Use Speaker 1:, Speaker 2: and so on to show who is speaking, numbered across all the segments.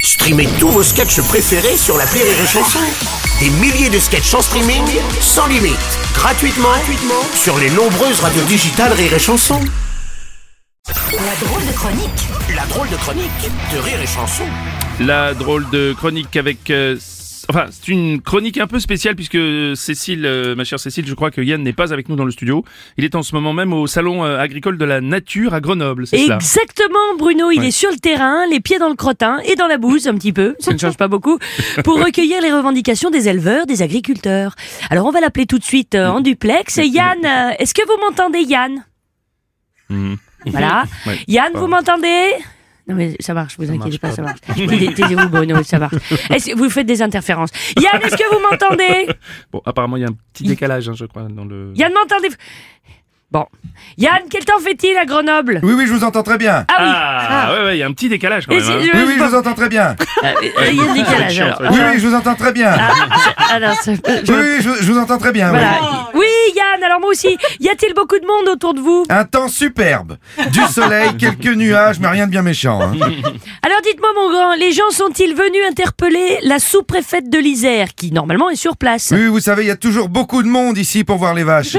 Speaker 1: Streamez tous vos sketchs préférés sur la Rire et Chanson. Des milliers de sketchs en streaming, sans limite, gratuitement, gratuitement sur les nombreuses radios digitales Rire et Chanson.
Speaker 2: La drôle de chronique.
Speaker 1: La drôle de chronique de Rire et Chanson.
Speaker 3: La drôle de chronique avec... euh, s- enfin, c'est une chronique un peu spéciale puisque Cécile, euh, ma chère Cécile, je crois que Yann n'est pas avec nous dans le studio. Il est en ce moment même au Salon euh, agricole de la nature à Grenoble, c'est cela
Speaker 4: Exactement, Bruno. Il
Speaker 3: Ouais.
Speaker 4: est sur le terrain, les pieds dans le crottin et dans la bouse un petit peu. Ça ne change pas beaucoup pour recueillir les revendications des éleveurs, des agriculteurs. Alors on va l'appeler tout de suite euh, en
Speaker 3: Mm.
Speaker 4: duplex. Yann, euh, est-ce que vous m'entendez, Yann
Speaker 3: Mhm.
Speaker 4: Voilà.
Speaker 3: Ouais.
Speaker 4: Yann,
Speaker 3: Pardon.
Speaker 4: vous m'entendez non mais ça marche, vous inquiétez pas, ça marche. Taisez- Taisez-vous Bruno, ça marche. Est-ce que vous faites des interférences. Yann, est-ce que vous m'entendez
Speaker 3: Bon, apparemment, il y a un petit décalage, hein, je crois, dans le...
Speaker 4: Yann, m'entendez-vous Bon. Yann, quel temps fait-il à Grenoble
Speaker 5: Oui, oui, je vous entends très bien.
Speaker 4: Ah oui.
Speaker 3: Ah, ouais, ouais, il y a un petit décalage quand
Speaker 4: Et
Speaker 3: même.
Speaker 4: c'est-
Speaker 3: hein.
Speaker 4: je-
Speaker 5: Oui, oui, je vous entends très bien.
Speaker 4: Euh, Il y a un décalage alors.
Speaker 5: Oui, oui, je vous entends très bien.
Speaker 4: Ah non, ça-
Speaker 5: Oui, oui, je, je vous entends très bien. oui.
Speaker 4: Voilà. Oui, Yann, alors moi aussi. Y a-t-il beaucoup de monde autour de vous
Speaker 5: Un temps superbe. Du soleil, quelques nuages, mais rien de bien méchant. hein.
Speaker 4: Alors dites-moi, mon grand, les gens sont-ils venus interpeller la sous-préfète de l'Isère, qui normalement est sur place
Speaker 5: Oui, oui, vous savez, il y a toujours beaucoup de monde ici pour voir les vaches.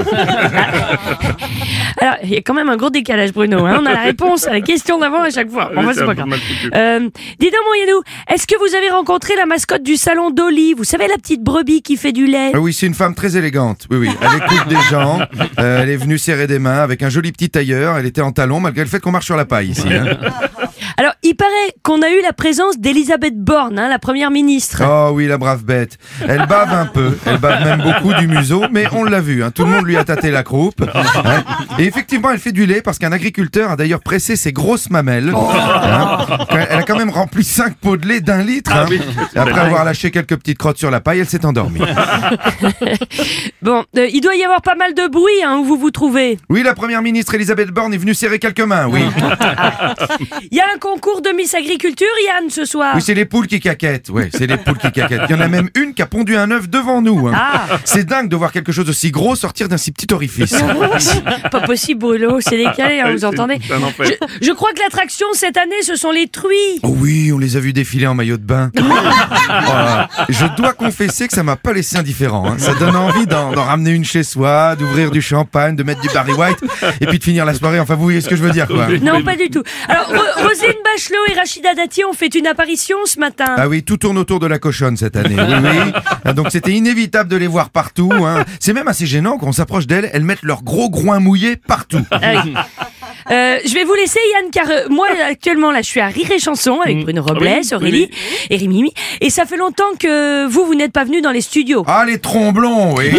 Speaker 4: Alors, il y a quand même un gros décalage, Bruno. hein. On a la réponse à la question d'avant à chaque fois. Bon, enfin,
Speaker 3: Oui,
Speaker 4: c'est pas
Speaker 3: un
Speaker 4: grave.
Speaker 3: peu mal foutu.
Speaker 4: Euh, dis donc, mon Yannou, est-ce que vous avez rencontré la mascotte du salon Dolly Vous savez, la petite brebis qui fait du lait
Speaker 5: Ah oui, c'est une femme très élégante. Oui, oui, elle écoute des gens. Euh, elle est venue serrer des mains avec un joli petit tailleur. Elle était en talons malgré le fait qu'on marche sur la paille ici. hein.
Speaker 4: Alors, il paraît qu'on a eu la présence d'Elisabeth Borne, hein, la première ministre.
Speaker 5: Oh oui, la brave bête. Elle bave un peu, elle bave même beaucoup du museau, mais on l'a vu, hein, tout le monde lui a tâté la croupe. hein. Et effectivement, elle fait du lait parce qu'un agriculteur a d'ailleurs pressé ses grosses mamelles. hein. Elle a quand même rempli 5 pots de lait d'un litre. hein. Et après avoir lâché quelques petites crottes sur la paille, elle s'est endormie.
Speaker 4: Bon, euh, il doit y avoir pas mal de bruit hein, où vous vous trouvez.
Speaker 5: Oui, la première ministre Elisabeth Borne est venue serrer quelques mains, oui.
Speaker 4: Il y a un concours de Miss Agriculture, Yann, ce soir.
Speaker 5: Oui, c'est les poules qui caquettent. Ouais, c'est les poules qui caquettent. Il y en a même une qui a pondu un œuf devant nous. hein.
Speaker 4: Ah,
Speaker 5: C'est dingue de voir quelque chose aussi gros sortir d'un si petit orifice.
Speaker 4: pas possible, Bruno, c'est décalé, hein,
Speaker 3: Ouais,
Speaker 4: vous
Speaker 3: c'est
Speaker 4: entendez
Speaker 3: un enfer.
Speaker 4: je, je crois que l'attraction cette année, ce sont les truies.
Speaker 5: Oh oui, on les a vus défiler en maillot de bain. Oh là là. je dois confesser que ça m'a pas laissé indifférent. hein. Ça donne envie d'en d'en ramener une chez soi, d'ouvrir du champagne, de mettre du Barry White et puis de finir la soirée. Enfin, vous voyez ce que je veux dire, quoi.
Speaker 4: Non, pas du tout. Alors, Ro- Roselyne Bachelot et Rachida Dati ont fait une apparition ce matin.
Speaker 5: Ah oui, tout tourne autour de la cochonne cette année. Oui, oui. Ah, Donc c'était inévitable de les voir partout. hein. C'est même assez gênant quand on s'approche d'elles, elles mettent leur gros groin mouillé partout.
Speaker 4: Ah oui. Euh, je vais vous laisser Yann car euh, moi actuellement là je suis à Rire et Chanson avec Bruno Robles,
Speaker 3: Mm. Ah oui,
Speaker 4: Aurélie et Rimimi et ça fait longtemps que vous vous n'êtes pas venu dans les studios.
Speaker 5: Ah les tromblons, oui.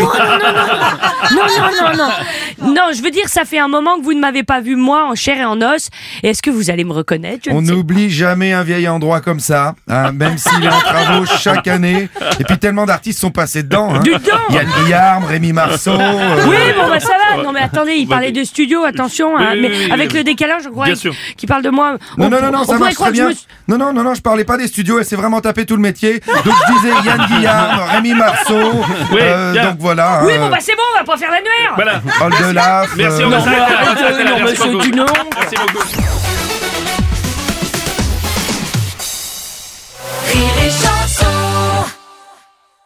Speaker 4: Non non non non non je veux dire ça fait un moment que vous ne m'avez pas vu moi en chair et en os et est-ce que vous allez me reconnaître Je ne
Speaker 5: On
Speaker 4: sais
Speaker 5: n'oublie jamais un vieil endroit comme ça, hein, même s'il est en travaux chaque année. Et puis tellement d'artistes sont passés dedans. Hein.
Speaker 4: Du temps
Speaker 5: Yann Guillaume, Rémi Marceau. euh,
Speaker 4: Oui, bon, bah, ça va. Non, mais attendez, il
Speaker 3: Bah,
Speaker 4: parlait
Speaker 3: mais-
Speaker 4: de studio, attention, hein,
Speaker 3: oui,
Speaker 4: mais
Speaker 3: oui, oui,
Speaker 4: avec
Speaker 3: oui.
Speaker 4: le décalage, je crois
Speaker 3: Bien sûr.
Speaker 4: qu'il parle de moi.
Speaker 5: Non,
Speaker 4: On-
Speaker 5: non, non, non,
Speaker 4: on
Speaker 5: ça
Speaker 4: pourrait
Speaker 5: marche
Speaker 4: croire que
Speaker 5: très
Speaker 4: je
Speaker 5: bien.
Speaker 4: me suis-
Speaker 5: Non, non, non, non, je parlais pas des studios, elle s'est vraiment tapé tout le métier. Donc je disais Yann Guillaume, Rémi Marceau.
Speaker 3: Oui,
Speaker 5: euh,
Speaker 3: bien.
Speaker 5: donc voilà.
Speaker 4: Oui,
Speaker 5: hein,
Speaker 4: bon, bah, c'est bon, on va pas faire l'annuaire.
Speaker 3: Voilà.
Speaker 5: Paul Delaf,
Speaker 3: Merci,
Speaker 5: euh,
Speaker 3: on va
Speaker 4: Non, mais
Speaker 3: s'arrêter là.
Speaker 4: arrêtez, non,
Speaker 3: Merci
Speaker 4: mais c'est
Speaker 3: beaucoup.
Speaker 4: du nom.
Speaker 3: Merci beaucoup.